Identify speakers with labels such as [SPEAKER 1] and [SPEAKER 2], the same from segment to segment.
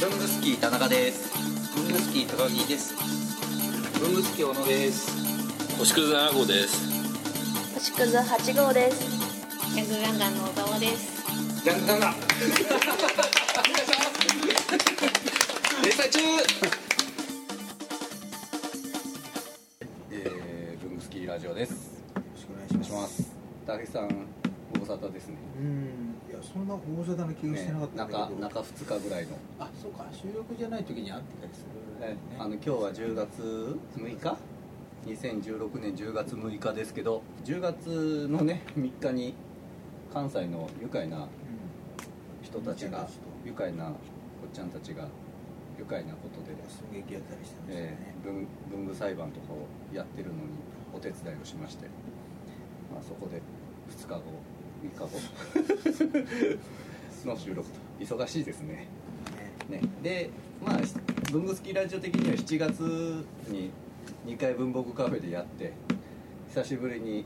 [SPEAKER 1] ブングスキー田中ですブングスキー高木ですブングスキー小野です
[SPEAKER 2] 星屑7号です
[SPEAKER 3] 星屑八号です。
[SPEAKER 4] ヤングガンガンの小川です。
[SPEAKER 1] ジャンガンガン連載中えー、ブングスキーラジオです
[SPEAKER 5] よろしくお願いします
[SPEAKER 1] お願いします高木さんご無沙汰ですね
[SPEAKER 5] うんいやそんな大沙汰な気がして
[SPEAKER 1] ね
[SPEAKER 5] なかったんだ
[SPEAKER 1] 中
[SPEAKER 5] けど、
[SPEAKER 1] 中2日ぐらいの、
[SPEAKER 5] あそうか収録じゃない時に会ってたりする、
[SPEAKER 1] ねあの今日は10月6日2016年10月6日ですけど10月のね3日に関西の愉快な
[SPEAKER 5] う
[SPEAKER 1] 人たちが愉快なおっちゃんたちが愉快なことで
[SPEAKER 5] ん、寸劇やったりしてました
[SPEAKER 1] え
[SPEAKER 5] ね、
[SPEAKER 1] ー文文具裁判とかをやってるのにお手伝いをしまして、まあ、そこで2日後3日 後の収録と忙しいですね
[SPEAKER 5] ね
[SPEAKER 1] ねでまあ文具好きラジオ的には7月に2回文房具カフェでやって久しぶりに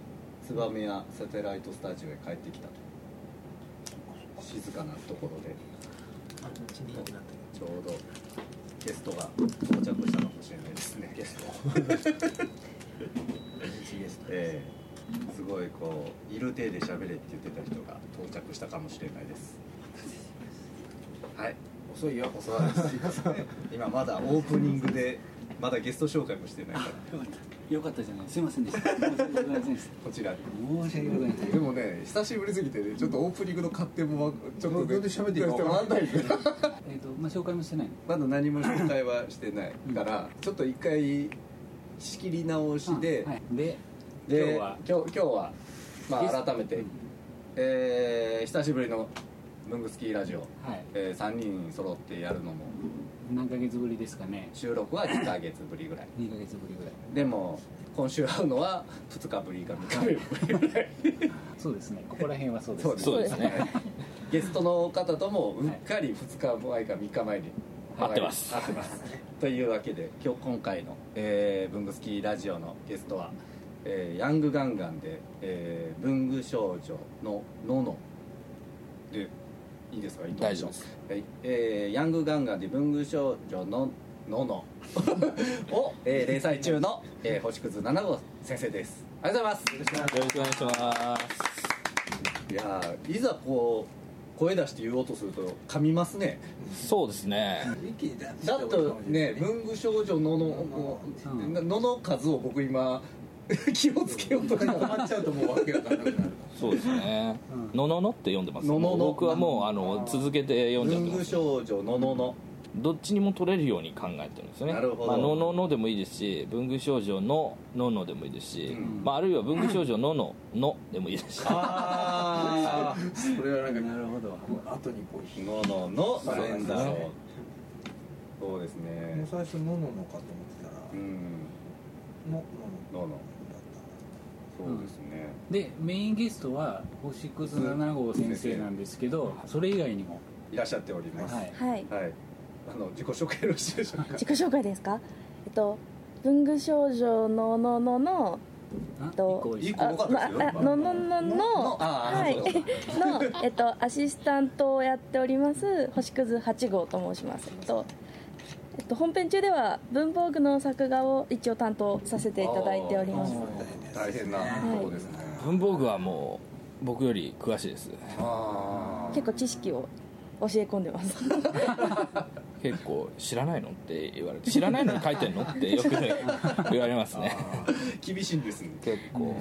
[SPEAKER 1] 燕屋サテライトスタジオへ帰ってきたと静かなところで
[SPEAKER 5] あのうちにいなくなったけ
[SPEAKER 1] ちょうどゲストが到着したかもしれないですねゲスト
[SPEAKER 5] どうちゲスト
[SPEAKER 1] ええすごいこういる体で喋れって言ってた人が到着したかもしれないですはい
[SPEAKER 5] 遅いよ
[SPEAKER 1] お騒がせですね今まだオープニングでまだゲスト紹介もしてないから
[SPEAKER 6] よかった。よかったじゃない。すいませんでした。申し訳ございませんでし
[SPEAKER 1] こちらに
[SPEAKER 6] た。申し訳ございません。
[SPEAKER 1] でもね久しぶりすぎてねちょっとオープニングの勝手もわちょっと
[SPEAKER 5] どうどうやって喋っていいか分か んない
[SPEAKER 1] 分かんない
[SPEAKER 6] えっ、とまあ紹介もしてないの。
[SPEAKER 1] まだ何も紹介はしてないからちょっと一回仕切り直しで、
[SPEAKER 6] はい、で
[SPEAKER 1] で
[SPEAKER 2] 今日は
[SPEAKER 1] 今日今日は、ま
[SPEAKER 6] ゲス
[SPEAKER 1] あ、
[SPEAKER 6] ト
[SPEAKER 1] 改めて、
[SPEAKER 6] うん
[SPEAKER 1] えー久しぶりの「ムングスキーラジオ」
[SPEAKER 6] はい
[SPEAKER 1] えー3人揃ってやるのも
[SPEAKER 6] 何ヶ月ぶりですかね。
[SPEAKER 1] 収録は2ヶ月ぶりぐらい
[SPEAKER 6] 二ヶ月ぶりぐらい。
[SPEAKER 1] でも今週会うのは2日ぶりか3日ぶりぐらい
[SPEAKER 6] そうですね。ここら辺はそうです、ね。
[SPEAKER 2] そうですね
[SPEAKER 1] ゲストの方ともうっかり2日前か3日前に
[SPEAKER 2] 合ってます
[SPEAKER 1] 合ってますというわけで今日今回の、えー文具好きラジオのゲストは、えーヤングガンガンで、えー文具少女のののでいいですかいいと思います
[SPEAKER 2] 大丈夫です
[SPEAKER 1] はいえーヤングガンガンで文具少女のの のを、えー連載中の、えー星屑七号先生ですありがとうございます
[SPEAKER 2] よろしくお願いしま
[SPEAKER 1] いやーいざこう声出して言おうとすると噛みますね
[SPEAKER 2] すそうですね
[SPEAKER 5] 一気にだっ
[SPEAKER 1] だとね文具少女ののを
[SPEAKER 6] うん
[SPEAKER 1] なのの数を僕今 気をつけようと
[SPEAKER 5] と
[SPEAKER 1] か
[SPEAKER 5] かに止まっちゃうともうわけわかんなくなる
[SPEAKER 2] そうですね
[SPEAKER 6] うん
[SPEAKER 2] のののって読んでます
[SPEAKER 1] ののの
[SPEAKER 2] もう僕はもうあの続けて読んじゃっ
[SPEAKER 1] 文
[SPEAKER 2] てま
[SPEAKER 1] 具
[SPEAKER 2] す
[SPEAKER 1] 少女ののの
[SPEAKER 2] どっちにも取れるように考えてるんですよね
[SPEAKER 1] なるほど
[SPEAKER 2] まあ、のののでもいいですし文具少女のののでもいいですし、
[SPEAKER 1] うん
[SPEAKER 2] まあ、あるいは文具少女のののでもいいですし
[SPEAKER 1] あ
[SPEAKER 5] それはなんか
[SPEAKER 6] なるほど。
[SPEAKER 5] こう後にこう
[SPEAKER 1] ー
[SPEAKER 5] ひ
[SPEAKER 1] ののの
[SPEAKER 2] そうですね
[SPEAKER 1] なんだろうそうです
[SPEAKER 5] もう
[SPEAKER 1] ね
[SPEAKER 5] 最初のののかと思ってたらの
[SPEAKER 1] うん
[SPEAKER 5] のの
[SPEAKER 1] のの
[SPEAKER 5] だっ
[SPEAKER 1] そうですね
[SPEAKER 6] でメインゲストは星屑七号先生なんですけど、それ以外にも、
[SPEAKER 1] いらっしゃっております
[SPEAKER 6] は
[SPEAKER 1] はい
[SPEAKER 6] い、
[SPEAKER 3] はい。
[SPEAKER 1] あの自己紹介よろしいでしょうか
[SPEAKER 3] 自己紹介ですか。えっと文具少女のののの
[SPEAKER 6] あ
[SPEAKER 3] と
[SPEAKER 6] 一個多いです
[SPEAKER 1] 一個多かったですよ
[SPEAKER 3] あまあのののの
[SPEAKER 1] あー
[SPEAKER 3] はい
[SPEAKER 1] そうかそうか
[SPEAKER 3] のえっとアシスタントをやっております星屑八号と申します。えっと。えっと、本編中では文房具の作画を一応担当させていただいております
[SPEAKER 6] あー
[SPEAKER 1] 大変なとこですね、
[SPEAKER 2] 文房具はもう僕より詳しいです
[SPEAKER 1] あー
[SPEAKER 3] 結構知識を教え込んでます
[SPEAKER 2] 結構知らないのって言われて知らないのに書いてんのってよく言われます ね
[SPEAKER 1] 厳しいんですね
[SPEAKER 2] 結構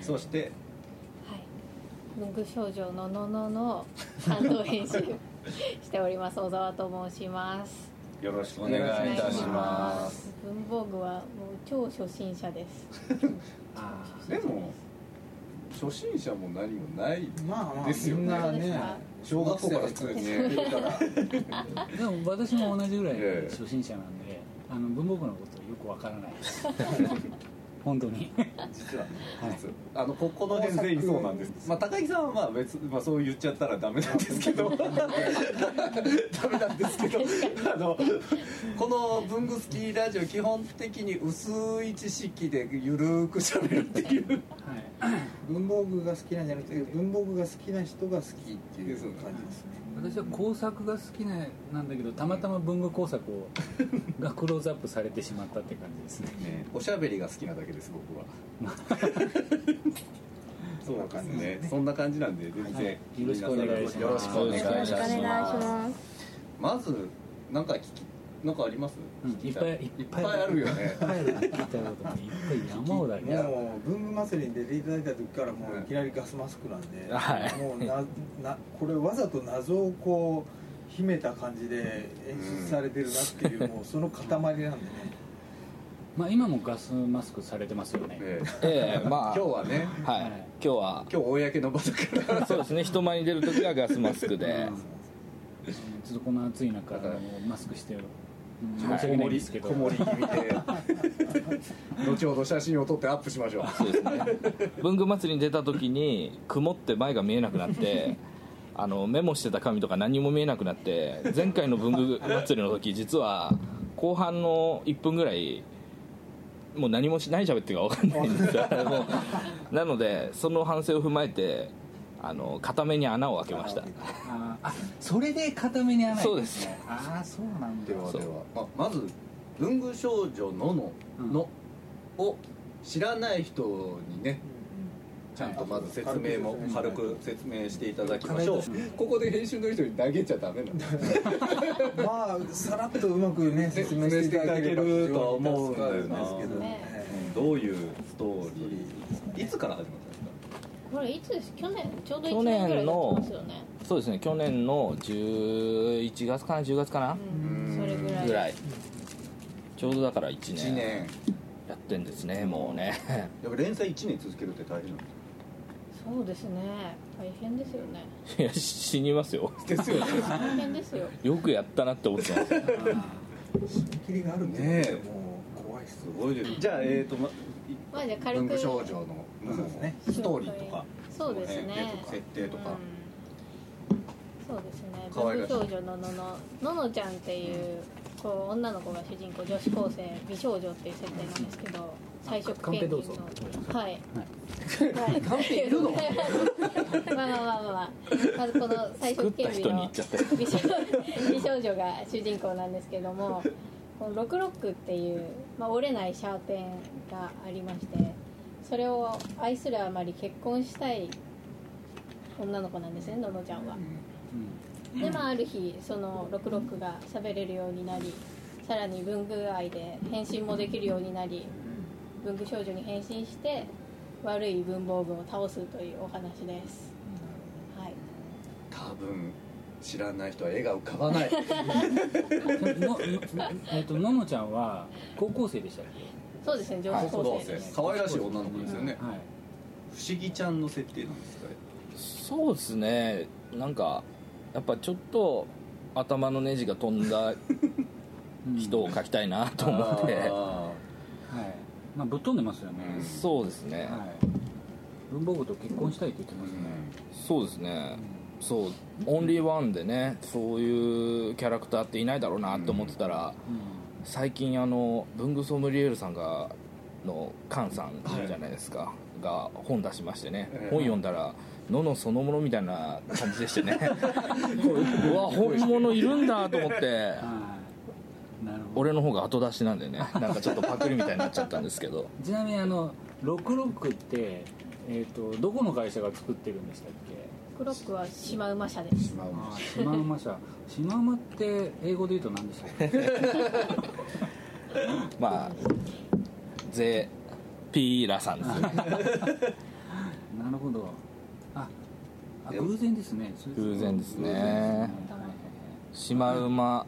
[SPEAKER 1] そして
[SPEAKER 4] はい。文具少女のののの担当編集しております小沢と申します。。
[SPEAKER 1] よろしくお
[SPEAKER 6] 願いいたし
[SPEAKER 1] ます
[SPEAKER 4] 文房具はもう超初心者です。
[SPEAKER 6] あ
[SPEAKER 1] でも初心者も何もない
[SPEAKER 5] たまあまあ
[SPEAKER 1] ですよね
[SPEAKER 5] みんなね小学校から
[SPEAKER 1] 普
[SPEAKER 5] 普
[SPEAKER 1] 通
[SPEAKER 5] 通
[SPEAKER 1] に
[SPEAKER 5] に
[SPEAKER 1] ね
[SPEAKER 5] やってるから
[SPEAKER 6] ーでも私も同じぐらい
[SPEAKER 1] ええ
[SPEAKER 6] 初心者なんで、あの文房具のことよくわからないです。本当に
[SPEAKER 1] 実は、
[SPEAKER 6] はい
[SPEAKER 1] 実はあのここの辺全員そうなんです、まあ、高木さんはまあ別、まあ、そう言っちゃったらダメなんですけど ダメなんですけどあのこの「文具好きラジオ」基本的に薄い知識でゆるーくしゃべるっていう
[SPEAKER 6] はい
[SPEAKER 5] 文房具が好きなんじゃなくて文房具が好きな人が好きっていう感じですね
[SPEAKER 6] 私は工作が好きななんだけどたまたま文具工作をがクローズアップされてしまったって感じですね
[SPEAKER 1] ねおしゃべりが好きなだけです僕は そうなんですねそんな感じなんで全然、
[SPEAKER 6] はいよろしくお願いします
[SPEAKER 1] よろしくお願いし
[SPEAKER 3] よろ
[SPEAKER 1] ま
[SPEAKER 3] し
[SPEAKER 1] す
[SPEAKER 3] くお願いします
[SPEAKER 1] まずなんか聞きなんかあります、
[SPEAKER 6] うん
[SPEAKER 1] 聞
[SPEAKER 6] いっ
[SPEAKER 1] き
[SPEAKER 6] ぱ
[SPEAKER 1] た
[SPEAKER 6] い
[SPEAKER 1] いっぱいあるよね
[SPEAKER 6] いっぱいある聞きたいこともいっぱい山ほどあります
[SPEAKER 5] もう文具祭りに出ていただいた時からもういきなりガスマスクなん で、
[SPEAKER 2] はい
[SPEAKER 5] もうななこれわざと謎をこう秘めた感じで演出されてるなっていう、もうその塊なんでね
[SPEAKER 6] まあ今もガスマスクされてますよね
[SPEAKER 1] ええ
[SPEAKER 2] ええまあ
[SPEAKER 1] 今日はね
[SPEAKER 2] はい
[SPEAKER 6] はい
[SPEAKER 2] 今日は
[SPEAKER 1] 今日公の場だから
[SPEAKER 2] そうですね人前に出る時はガスマスクで
[SPEAKER 6] うんちょっとこの暑い中
[SPEAKER 1] だから
[SPEAKER 6] もうマスクしてる 申し
[SPEAKER 1] こ
[SPEAKER 6] 訳ない
[SPEAKER 1] も
[SPEAKER 6] んで
[SPEAKER 1] り
[SPEAKER 6] すけど
[SPEAKER 1] こもり気味 で後ほど写真を撮ってアップしましょう
[SPEAKER 2] そうですね文具祭りに出た時に曇って前が見えなくなってあのメモしてた紙とか何も見えなくなって前回の文具祭りの時実は後半の1分ぐらいもう何もし何喋ってるか分かんないんですよもうなのでその反省を踏まえてあの片目に穴を開けました
[SPEAKER 6] あーあそれで固めに穴
[SPEAKER 2] そうですね
[SPEAKER 6] ああそうなんだ
[SPEAKER 1] では
[SPEAKER 2] そ
[SPEAKER 1] で
[SPEAKER 2] う
[SPEAKER 1] はままず「文具少女のの」
[SPEAKER 6] うん
[SPEAKER 1] のを知らない人にねちゃんとまず説明も軽く説明していただきましょうここで編集の人に投げちゃダメなんだ
[SPEAKER 5] まあさらっとうまくね説明していただけるとは思うんですけど
[SPEAKER 4] ね
[SPEAKER 1] どういうストーリーいつから始まったんですか
[SPEAKER 4] これいつです去年ちょうど1年ぐらいやってますよね
[SPEAKER 2] そうですね去年の11月かな10月かな
[SPEAKER 4] うんそれぐらい
[SPEAKER 2] ぐらいちょうどだから1
[SPEAKER 1] 1
[SPEAKER 2] 年
[SPEAKER 1] 年
[SPEAKER 2] やってんですねもうね
[SPEAKER 1] やっぱ連載1年続けるって大変なんで
[SPEAKER 4] そうですね大変ですよね
[SPEAKER 2] いや死にますよ
[SPEAKER 1] すですよね
[SPEAKER 4] 大変ですよ
[SPEAKER 2] よくやったなって思ってます
[SPEAKER 5] 切りがあるんで、ね、もう怖いっす
[SPEAKER 1] すごいですじゃあえっ、とま
[SPEAKER 4] まあじゃあ軽く
[SPEAKER 1] 文具少女のも
[SPEAKER 5] そうですね
[SPEAKER 1] うストーリーとか
[SPEAKER 4] そうですね
[SPEAKER 1] 設定とか、
[SPEAKER 4] うんそうですね
[SPEAKER 1] 可愛ら
[SPEAKER 4] 文
[SPEAKER 1] しい
[SPEAKER 4] 具少女のののののちゃんっていうこう女の子が主人公女子高生美少女っていう設定なんですけど彩色
[SPEAKER 6] カンペ
[SPEAKER 4] ペンギ
[SPEAKER 6] ど
[SPEAKER 4] ン
[SPEAKER 6] うぞ
[SPEAKER 4] のはいはいカンペいるの まあまあまあまあ、まあ、まずこの彩
[SPEAKER 2] 作
[SPEAKER 4] 色
[SPEAKER 2] っ
[SPEAKER 4] ペ
[SPEAKER 2] た
[SPEAKER 4] ンギ
[SPEAKER 2] 人に言
[SPEAKER 4] ンの
[SPEAKER 2] っちゃって
[SPEAKER 4] 美少美少女が主人公なんですけどもこのロクロックっていう、まあ、折れないシャーペンがありましてそれを愛するあまり結婚したい女の子なんですねののちゃんはでまあある日そのロクロックが喋れるようになりさらに文具愛で変身もできるようになり文具少女に変身して悪い文房具を倒すというお話です、はい、
[SPEAKER 1] 多分知らない人は絵が浮かば ない
[SPEAKER 6] ののえっとののちゃんは高校生でしたっ
[SPEAKER 4] そうですね女子
[SPEAKER 1] そう
[SPEAKER 4] 高
[SPEAKER 1] で
[SPEAKER 4] 生
[SPEAKER 1] す
[SPEAKER 4] です
[SPEAKER 1] ね可愛らしい女の子ですよね
[SPEAKER 6] け、はい
[SPEAKER 1] 不思議ちゃんの設定なんですか
[SPEAKER 2] そうですねなんかやっぱちょっと頭のネジが飛んだ
[SPEAKER 6] うん
[SPEAKER 2] 人を描きたいなと思って
[SPEAKER 1] あ
[SPEAKER 6] はいまあぶっ飛んでますよね
[SPEAKER 1] うん
[SPEAKER 2] そうですね、
[SPEAKER 6] はい文房具と結婚したいって言って
[SPEAKER 1] ーう
[SPEAKER 6] ますね
[SPEAKER 1] ん
[SPEAKER 2] そうですねそうオンリーワンでねそういうキャラクターっていないだろうなと思ってたら、
[SPEAKER 6] うん
[SPEAKER 2] 最近あの文具ソムリエールさんがのカンさんいるじゃないですか、が本出しましてね、
[SPEAKER 1] ええ
[SPEAKER 2] 本読んだらののそのものみたいな感じで してねうわ本物いるんだと思って
[SPEAKER 6] はいなるほど
[SPEAKER 2] 俺の方が後出しなんでねなんかちょっとパクリみたいになっちゃったんですけど
[SPEAKER 6] ちなみにあのロクロックってえっとどこの会社が作ってるんでしたっけ
[SPEAKER 4] クロックはシマウマ社です
[SPEAKER 1] しまう
[SPEAKER 6] あーシマウマ社シマウマって英語で言うと何でしたっけ
[SPEAKER 2] まあゼピーラさんですよね
[SPEAKER 6] なるほどああ偶然ですね
[SPEAKER 2] 偶然ですね
[SPEAKER 6] はい
[SPEAKER 2] シマウマ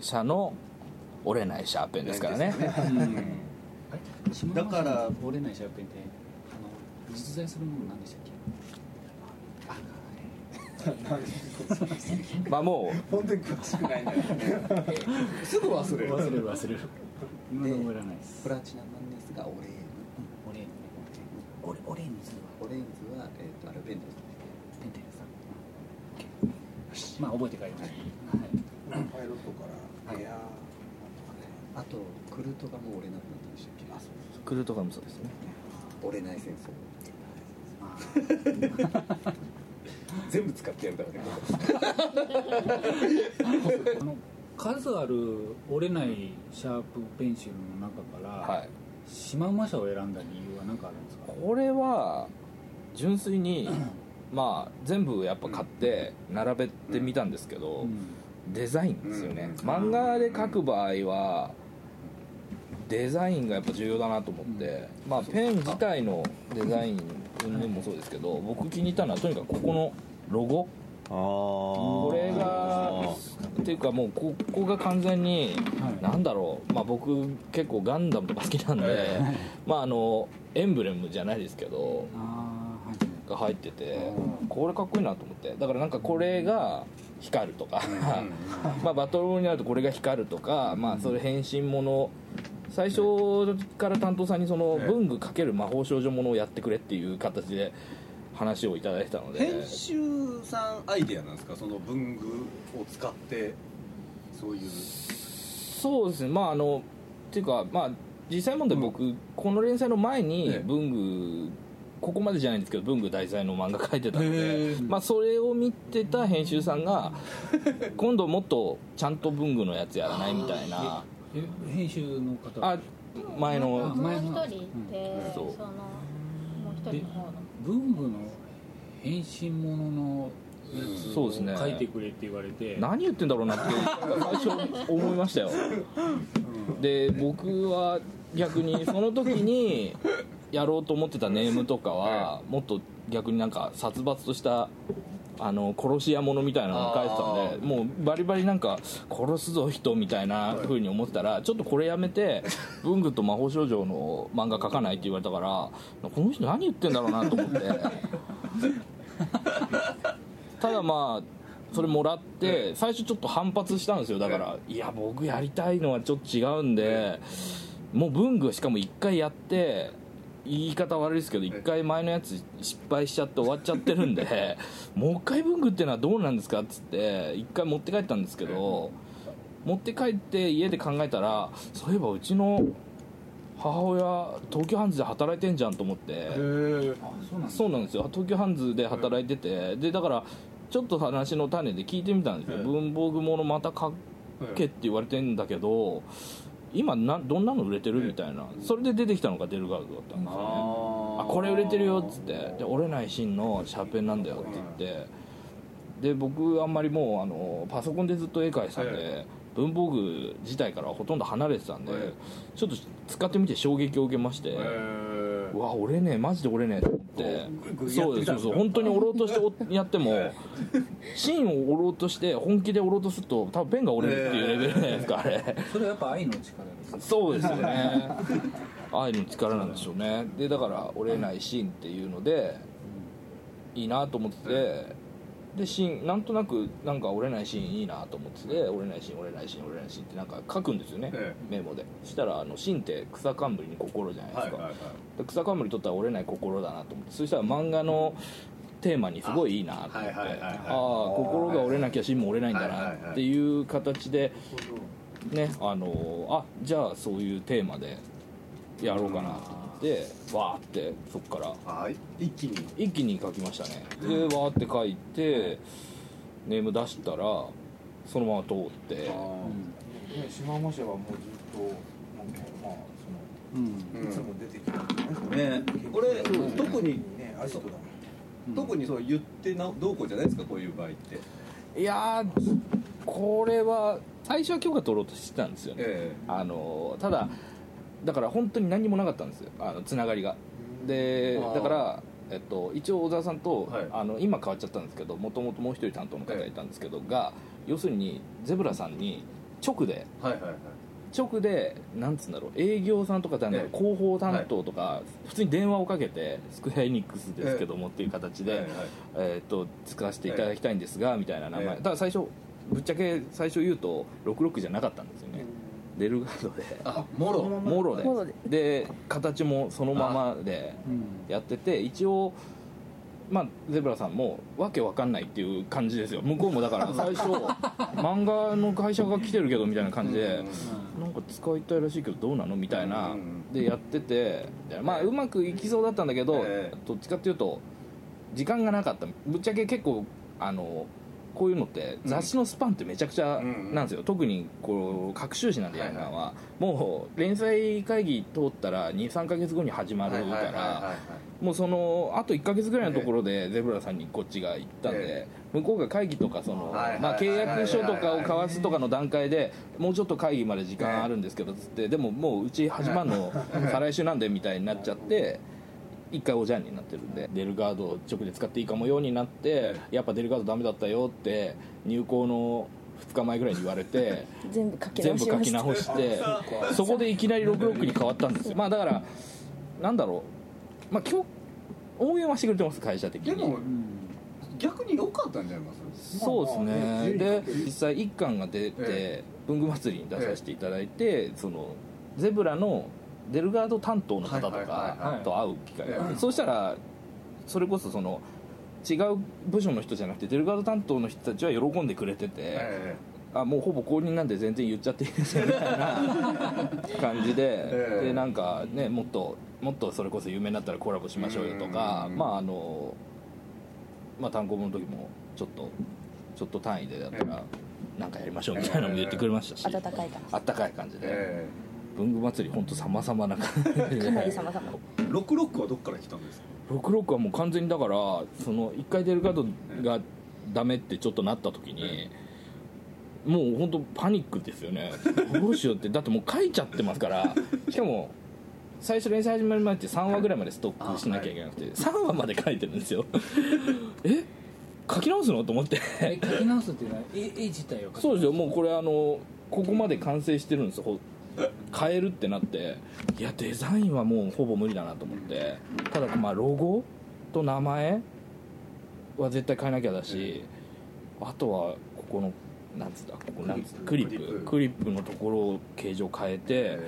[SPEAKER 2] 社の折れないシャーペンですからね
[SPEAKER 6] うん
[SPEAKER 1] だから
[SPEAKER 6] 折れないシャーペンってあの実在するものなんでしたっけ
[SPEAKER 2] まあも
[SPEAKER 5] 本当に詳しくないんだよ
[SPEAKER 1] すぐ忘れる
[SPEAKER 6] 忘れる忘れる今の覚えらないです
[SPEAKER 1] プラチナなんですが俺
[SPEAKER 6] オレオレンズは
[SPEAKER 1] オレンズは、えー、とあれベンデルさんですね
[SPEAKER 6] ペンテルさんまあ覚えて帰りました、はい
[SPEAKER 5] パイロットから、
[SPEAKER 1] はい
[SPEAKER 5] い、や
[SPEAKER 1] あとクルトがもう折れなくなったんでしたっけあそう
[SPEAKER 2] クルーとかもそうですね
[SPEAKER 1] 折れない戦争
[SPEAKER 6] まあ
[SPEAKER 1] 全部使ってやるからね
[SPEAKER 6] あの数ある折れないシャープペンシルの中から、
[SPEAKER 2] はい
[SPEAKER 6] シマウマ社を選んだ理由は何かあるんですか
[SPEAKER 2] これは純粋にまあ全部やっぱ買って並べてみたんですけど、デザインですよね、
[SPEAKER 1] うん
[SPEAKER 2] 漫画で描く場合はデザインがやっぱ重要だなと思って、まあペン自体のデザイン云々もそうですけど僕気に入ったのはとにかくここのロゴ
[SPEAKER 7] あこ
[SPEAKER 2] これがっていうかもうここが完全に
[SPEAKER 6] はい
[SPEAKER 2] なんだろうまあ僕結構ガンダムとか好きなんでまああのエンブレムじゃないですけど
[SPEAKER 6] ああはい
[SPEAKER 2] が入っててこれかっこいいなと思ってだからなんかこれが光るとか まあバトルになるとこれが光るとかまあそれ変身もの最初から担当さんにその
[SPEAKER 1] ええ
[SPEAKER 2] 文具×魔法少女ものをやってくれっていう形で話をいただいてたので
[SPEAKER 1] 編集さんアイディアなんですかその文具を使ってそういう
[SPEAKER 2] そうですねまああのっていうかまあ実際問題僕、この連載の前に
[SPEAKER 1] ええ
[SPEAKER 2] 文具ここまでじゃないんですけど文具題材の漫画書いてたので
[SPEAKER 1] へ、え
[SPEAKER 2] まあ、それを見てた編集さん が今度もっとちゃんと文具のやつやらないみたいな
[SPEAKER 6] え編集の方
[SPEAKER 2] あ前
[SPEAKER 4] も
[SPEAKER 2] の
[SPEAKER 4] う一人って、
[SPEAKER 2] うんそう
[SPEAKER 4] そのもう一人の方の
[SPEAKER 6] 文具の変身もののやつ
[SPEAKER 2] そう
[SPEAKER 6] を
[SPEAKER 2] ですね
[SPEAKER 6] 書いてくれって言われて、
[SPEAKER 2] 何言ってんだろうなって最初思いましたよで僕は逆にその時にやろうと思ってたネームとかはもっと逆になんか殺伐としたあの殺し屋物みたいなのを書いてたんでもうバリバリなんか殺すぞ人みたいな風に思ってたらちょっとこれやめて文具と魔法少女の漫画書かないって言われたからこの人何言ってんだろうなと思ってただまあそれもらって最初ちょっと反発したんですよだからいや僕やりたいのはちょっと違うんでもう文具しかも1回やって言い方悪いですけど1回前のやつ失敗しちゃって終わっちゃってるんでもう1回文具ってのはどうなんですかっつって1回持って帰ったんですけど持って帰って家で考えたらそういえばうちの母親東京ハンズで働いてんじゃんと思って。
[SPEAKER 6] あそうなんだ
[SPEAKER 2] そうなんですよ東京ハンズで働いてて、でだからちょっと話の種で聞いてみたんですよ、
[SPEAKER 1] ええ
[SPEAKER 2] 文房具ものまた書けって言われてんだけど今などんなの売れてる
[SPEAKER 1] ええ
[SPEAKER 2] みたいなそれで出てきたのがデルガードだったんですよね
[SPEAKER 1] あ
[SPEAKER 2] あこれ売れてるよっつってで折れない芯のシャーペンなんだよって言ってで僕あんまりもうあのパソコンでずっと絵描いてたんで、
[SPEAKER 1] え
[SPEAKER 2] 文房具自体からほとんど離れてたんで、
[SPEAKER 1] え
[SPEAKER 2] ちょっと使ってみて衝撃を受けまして、
[SPEAKER 1] え
[SPEAKER 2] うわ折れねえマジで折れねえと思って
[SPEAKER 1] ぐぐ
[SPEAKER 2] そう
[SPEAKER 1] やって
[SPEAKER 2] で
[SPEAKER 1] みたんで
[SPEAKER 2] すそう
[SPEAKER 1] すか
[SPEAKER 2] そう本当に折ろうとしておやっても芯を折ろうとして本気で折ろうとすると多分ペンが折れるっていうレベルじゃないですかあれ
[SPEAKER 6] それはやっぱ愛の力です
[SPEAKER 2] そうですよ ね愛の力なんでしょうねでだから折れないシーンっていうのでいいなと思っててでシーンなんとなくなんか折れないシーンいいなと思ってて折れないシーン折れないシーン折れないシーンってなんか書くんですよね
[SPEAKER 1] え
[SPEAKER 2] メモでそしたらあのシーンって草冠に心じゃないです
[SPEAKER 1] はい
[SPEAKER 2] か、
[SPEAKER 1] はいはい
[SPEAKER 2] で草冠にとったら折れない心だなと思ってそしたら漫画のテーマにすごいいいなと思って
[SPEAKER 1] あはいはいはいはい
[SPEAKER 2] ああ心が折れなきゃ芯も折れないんだ
[SPEAKER 1] はいはい
[SPEAKER 2] な
[SPEAKER 1] はい
[SPEAKER 2] っていう形でねあのあじゃあそういうテーマでやろうかなと思ってわーってそっから
[SPEAKER 1] はい一気に
[SPEAKER 2] 一気に書きましたねでわーって書いてネーム出したらそのまま通って
[SPEAKER 5] ーね島マ社はもうずっとなんかまあ
[SPEAKER 6] うん
[SPEAKER 5] そのいつも出てきたんだ
[SPEAKER 1] ねこれ特に
[SPEAKER 5] ねアジトだもん
[SPEAKER 1] 特にそう言ってなどうこうじゃないですかこういう場合って
[SPEAKER 2] いやーこれは最初は許可取ろうとしてたんですよね
[SPEAKER 1] え
[SPEAKER 2] あのただだから本当に何もなかったんですよあのつながりがで
[SPEAKER 1] あー
[SPEAKER 2] だから、えっと、一応小沢さんと、
[SPEAKER 1] はい
[SPEAKER 2] あの今変わっちゃったんですけどもともともう一人担当の方がいたんですけど、が要するにゼブラさんに直で
[SPEAKER 1] えはいはいはい
[SPEAKER 2] 直でなんつうんだろう営業さんとかなんだろう
[SPEAKER 1] ええ
[SPEAKER 2] 広報担当とか、普通に電話をかけてスクエアエニックスですけども、っていう形で、
[SPEAKER 1] はいはい
[SPEAKER 2] えー、と使わせていただきたいんですが、みたいな名前、
[SPEAKER 1] ええ
[SPEAKER 2] ただ最初ぶっちゃけ最初言うと66じゃなかったんですよね、デルガードで
[SPEAKER 1] あもろ
[SPEAKER 2] もろで
[SPEAKER 3] もろで
[SPEAKER 2] で形もそのままでやってて一応まあゼブラさんもわけわかんないっていう感じですよ向こうもだから最 初漫画の会社が来てるけどみたいな感じでなんか使いたいらしいけどどうなのみたいな
[SPEAKER 1] うん
[SPEAKER 2] でやっててでまあうまくいきそうだったんだけど
[SPEAKER 1] ええ
[SPEAKER 2] どっちかっていうと時間がなかったぶっちゃけ結構あのこういうのって雑誌のスパンってめちゃくちゃなんですよ、特にこう各週誌なんでやるのは、もう連載会議通ったら23か月後に始まるから、もうそのあと1か月ぐらいのところでゼブラさんにこっちが行ったんで、
[SPEAKER 1] え
[SPEAKER 2] 向こうが会議とかその、
[SPEAKER 1] はいはい
[SPEAKER 2] まあ、契約書とかを
[SPEAKER 1] はいはいはい
[SPEAKER 2] 交わすとかの段階でもうちょっと会議まで時間あるんですけどつってでももううち始まる の再来週なんでみたいになっちゃって。一回おじゃんになってるんでデルガードを直で使っていいかもようになってやっぱデルガードダメだったよって入校の2日前ぐらいに言われて
[SPEAKER 3] 全部書き
[SPEAKER 2] 全
[SPEAKER 3] 直
[SPEAKER 2] 部
[SPEAKER 3] し
[SPEAKER 2] 書
[SPEAKER 3] ま
[SPEAKER 2] き
[SPEAKER 3] した
[SPEAKER 2] 直してそこでいきなり66に変わったんですよまあだからなんだろうまあ今日応援はしてくれてます会社的に
[SPEAKER 1] でも逆に良かったんじゃないです
[SPEAKER 2] そうですね,、
[SPEAKER 5] まあまあね
[SPEAKER 2] で実際1巻が出て、
[SPEAKER 1] え
[SPEAKER 2] 文具祭りに出させていただいて、そのゼブラのデルガード担当の方と
[SPEAKER 1] はいはいはい
[SPEAKER 6] は
[SPEAKER 2] か
[SPEAKER 6] い
[SPEAKER 2] と会う機会があっ
[SPEAKER 1] え
[SPEAKER 2] て
[SPEAKER 1] え
[SPEAKER 2] そうしたらそれこそその違う部署の人じゃなくてデルガード担当の人たちは喜んでくれてて、
[SPEAKER 1] え
[SPEAKER 2] あもうほぼ公認なんで全然言っちゃっていいですよみたいな感じで、
[SPEAKER 1] ええ
[SPEAKER 2] でなんかねもっともっとそれこそ有名になったらコラボしましょうよとか
[SPEAKER 1] うん
[SPEAKER 2] まああのまあ単行本の時もちょっとちょっと単位でだったらなんかやりましょうみたいなのも言ってくれましたし、
[SPEAKER 3] 温かい感
[SPEAKER 2] あったかい感じ
[SPEAKER 1] え
[SPEAKER 2] で、
[SPEAKER 1] え
[SPEAKER 2] 文具祭り本当様々な感じ
[SPEAKER 3] じ
[SPEAKER 2] で
[SPEAKER 3] かなり様々
[SPEAKER 1] え六六はどっから来たんですか
[SPEAKER 2] 66はもう完全にだからその1回デルガードがダメってちょっとなった時に、もう本当パニックですよねどうしようってだってもう書いちゃってますからしかも最初連載始まる前って3話ぐらいまでストックしなきゃいけなくて、3話まで書いてるんですよえ書き直すのと思って
[SPEAKER 6] え書き直すっていうのは絵絵自体を描き直
[SPEAKER 2] そうですよもうこれあのここまで完成してるんですよほ変えるってなっていやデザインはもうほぼ無理だなと思ってただまあロゴと名前は絶対変えなきゃだし、あとはここのなんつったここなんつったク
[SPEAKER 1] ク
[SPEAKER 2] リ
[SPEAKER 1] リ
[SPEAKER 2] ッ
[SPEAKER 1] ッ
[SPEAKER 2] プ
[SPEAKER 1] プ
[SPEAKER 2] クリップ
[SPEAKER 1] ク
[SPEAKER 2] のところを形状変えて、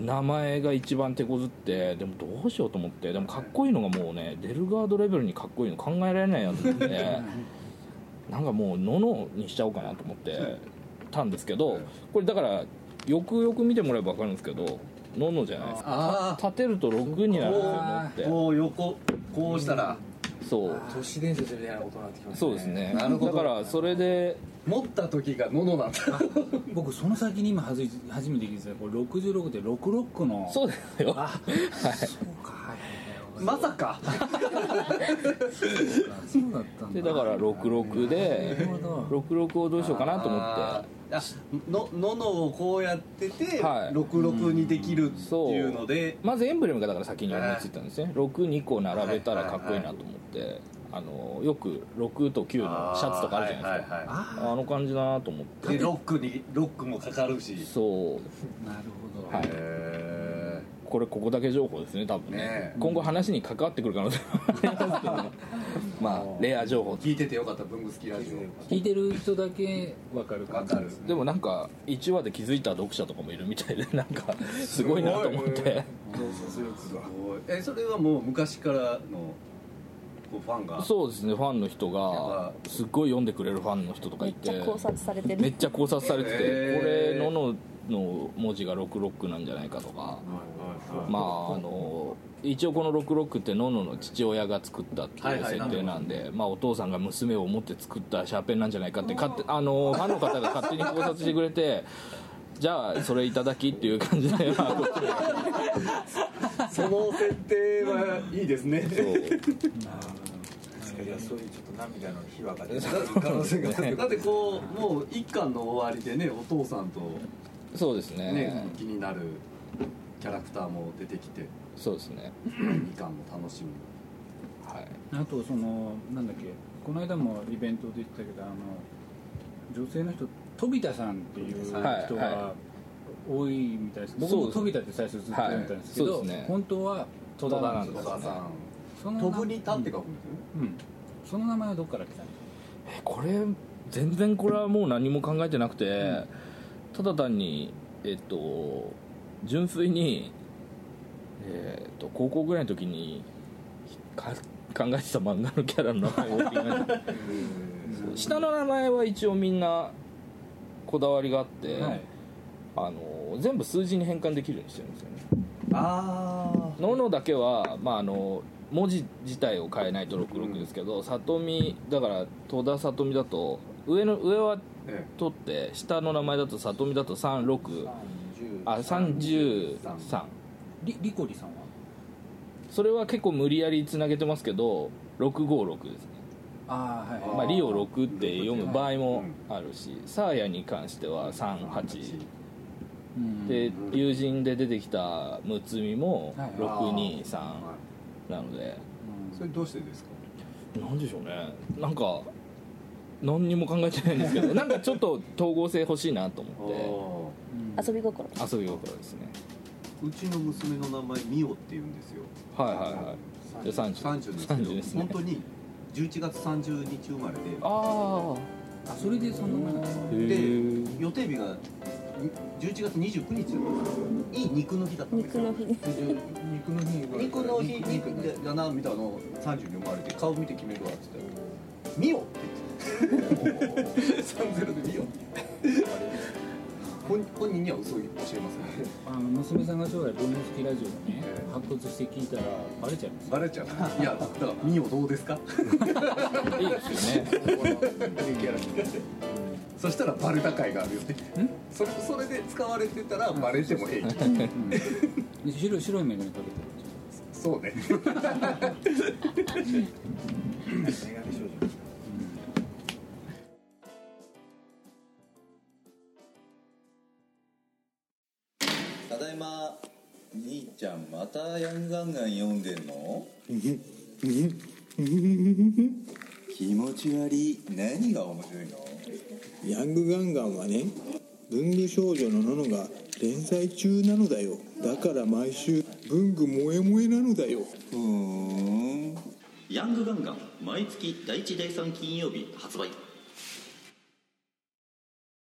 [SPEAKER 2] で名前が一番手こずってでもどうしようと思ってでもかっこいいのがもうねデルガードレベルにかっこいいの考えられないやつなんでなんかもうののにしちゃおうかなと思ってたんですけどこれだからよくよく見てもらえば分かるんですけどののじゃないですか
[SPEAKER 1] あ
[SPEAKER 2] 立てると6になるんですよのっ
[SPEAKER 1] こう横こうしたら
[SPEAKER 2] てそう
[SPEAKER 5] 都市伝説みたいなことになってきますね
[SPEAKER 2] そうですね
[SPEAKER 1] なるほ
[SPEAKER 2] だ
[SPEAKER 1] ど
[SPEAKER 2] からそれで
[SPEAKER 1] 持った時がののだった
[SPEAKER 6] 僕その先に今はずい初めて聞いたんですけどこれ66って66の
[SPEAKER 2] そうですよ
[SPEAKER 6] あそうかはいはいはい
[SPEAKER 1] まさか
[SPEAKER 6] そうだったんだ
[SPEAKER 2] でだから66で
[SPEAKER 6] なるほど
[SPEAKER 2] 66をどうしようかなと思
[SPEAKER 1] あ
[SPEAKER 2] って
[SPEAKER 1] ーあのののをこうやってて、
[SPEAKER 2] はい
[SPEAKER 1] 六六にできるっていうので
[SPEAKER 2] まずエンブレムがだから先に思いついたんですね62個並べたらかっこいいなと思ってあのよく6と9のシャツとかあるじゃないですか
[SPEAKER 1] はいはいは
[SPEAKER 2] あの感じだなと思っ
[SPEAKER 1] いで
[SPEAKER 2] て
[SPEAKER 1] ロックにロックもかかるし
[SPEAKER 2] そう
[SPEAKER 6] なるほど、
[SPEAKER 2] はい
[SPEAKER 1] へ
[SPEAKER 2] これここだけ情報ですね多分ね
[SPEAKER 1] ねえ
[SPEAKER 2] 今後話に関わってくる可能性もありますけどね まあレア情報
[SPEAKER 1] ー聞いててよかった文具好きラジ
[SPEAKER 6] 聞いてる人だけわかる
[SPEAKER 1] オ
[SPEAKER 6] か
[SPEAKER 1] わ
[SPEAKER 6] じ
[SPEAKER 1] かる
[SPEAKER 2] でもなんか1話で気づいた読者とかもいるみたいでなんかすごいなと思って
[SPEAKER 1] すごいえそれはもう昔からのこうファンが
[SPEAKER 2] そうですねファンの人がすっごい読んでくれるファンの人とか
[SPEAKER 3] め
[SPEAKER 2] い
[SPEAKER 3] ってちゃ考察されて
[SPEAKER 2] めっ
[SPEAKER 3] る
[SPEAKER 2] ちゃ考察されてて、
[SPEAKER 1] へー
[SPEAKER 2] これののの文字が66なんじゃないかとか、まああの一応この66ってののの父親が作ったって
[SPEAKER 1] はいいうはい
[SPEAKER 2] 設定なんで、まあ、お父さんが娘を思って作ったシャーペンなんじゃないかって勝手あのファンの方が勝手に考察してくれて。じゃあそれいただきっていう感 じで、まあこっちも
[SPEAKER 1] その設定はいいですね
[SPEAKER 5] いやそういうちょっと涙の秘話が出て
[SPEAKER 1] だ可能性がだってこうもう一巻の終わりでねお父さんと
[SPEAKER 2] そうですね
[SPEAKER 1] ね気になるキャラクターも出てき て
[SPEAKER 2] そうですね
[SPEAKER 1] 二巻も楽しむ
[SPEAKER 2] はい
[SPEAKER 6] あとそのなんだっけこの間もイベントで言ってたけどあの女性の人飛田さんっていう人
[SPEAKER 2] はい
[SPEAKER 6] が
[SPEAKER 2] は
[SPEAKER 6] 多いみたいです、僕
[SPEAKER 2] そう
[SPEAKER 6] も
[SPEAKER 2] です
[SPEAKER 6] 飛田って最初ずっと読んでたんですけ
[SPEAKER 2] はい
[SPEAKER 6] ど、
[SPEAKER 2] そうですね
[SPEAKER 6] 本当は戸田なんで
[SPEAKER 1] 戸
[SPEAKER 6] す
[SPEAKER 1] 田さ
[SPEAKER 6] そ
[SPEAKER 1] ん
[SPEAKER 6] の
[SPEAKER 1] 飛ぶに立って書くんですよね
[SPEAKER 6] うん、うんその名前はどっから来たんですか
[SPEAKER 2] えこれ全然これはもう何も考えてなくて、ただ単にえっと純粋に、えっと高校ぐらいの時にか考えてた漫画のキャラの名前 を言いましたそう下の名前は一応みんなこだわりがあって、
[SPEAKER 6] はい
[SPEAKER 2] あの全部数字に変換できるようにしてるんですよね
[SPEAKER 1] あ
[SPEAKER 2] 「の」のだけは、まあ、あの文字自体を変えないと66ですけど「里見」だから戸田里見だと上の上は
[SPEAKER 1] あ、ね、
[SPEAKER 2] 取って下の名前だと里見だと36あ33
[SPEAKER 6] リリコリさんは
[SPEAKER 2] それは結構無理やりつなげてますけど656ですね、
[SPEAKER 6] ああはい
[SPEAKER 2] まあ、リオ6って読む場合も
[SPEAKER 1] う
[SPEAKER 2] あるしサーヤに関しては38
[SPEAKER 6] うん
[SPEAKER 2] で友人で出てきたむつみも
[SPEAKER 6] はい
[SPEAKER 2] 623
[SPEAKER 1] は
[SPEAKER 2] なので
[SPEAKER 6] うん
[SPEAKER 1] いそれどうしてですか
[SPEAKER 2] なんでしょうねなんか何にも考えてないんですけどなんかちょっと統合性欲しいなと
[SPEAKER 1] あ
[SPEAKER 2] 思
[SPEAKER 1] ー
[SPEAKER 6] うん
[SPEAKER 3] 遊び心
[SPEAKER 2] って遊び心ですね
[SPEAKER 1] うちの娘の名前ミオって言うんですよ
[SPEAKER 2] はいはいはいで30
[SPEAKER 1] 30ですけど
[SPEAKER 2] 30ですね
[SPEAKER 1] 本当に11月30日生まれで
[SPEAKER 2] ああ
[SPEAKER 6] あそれでそんなもん
[SPEAKER 2] へ
[SPEAKER 1] で
[SPEAKER 2] ー
[SPEAKER 1] 予定日がに11月29日だったんですよいい肉の日だったんです
[SPEAKER 3] 肉
[SPEAKER 1] よ
[SPEAKER 3] の日ね
[SPEAKER 5] 肉の日が
[SPEAKER 1] 肉の日肉だなみたいなのを30に生まれて顔見て決めるわって言ったら「ミオ!」って言 って30で「ミオ!」って言って本本人には嘘を教えません、
[SPEAKER 6] あの娘さんが将来文好きラジオで
[SPEAKER 1] え
[SPEAKER 6] ね
[SPEAKER 1] え
[SPEAKER 6] 発掘して聞いたらバレちゃいます
[SPEAKER 1] バレちゃういやだから「ミオどうですか?」
[SPEAKER 2] いいですよね
[SPEAKER 1] そしたらバレた回があるよねそれそれで使われてたらバレても平気
[SPEAKER 6] で白い白い眼鏡かけてる
[SPEAKER 1] そうね
[SPEAKER 7] ただいま兄ちゃんまたヤンガンガン読んでんの気持ち悪い何が面白いの
[SPEAKER 8] ヤングガンガンはね文具少女のののが連載中なのだよだから毎週文具萌え萌えなのだよ
[SPEAKER 7] ふーん
[SPEAKER 9] ヤングガンガン毎月第1第3金曜日発売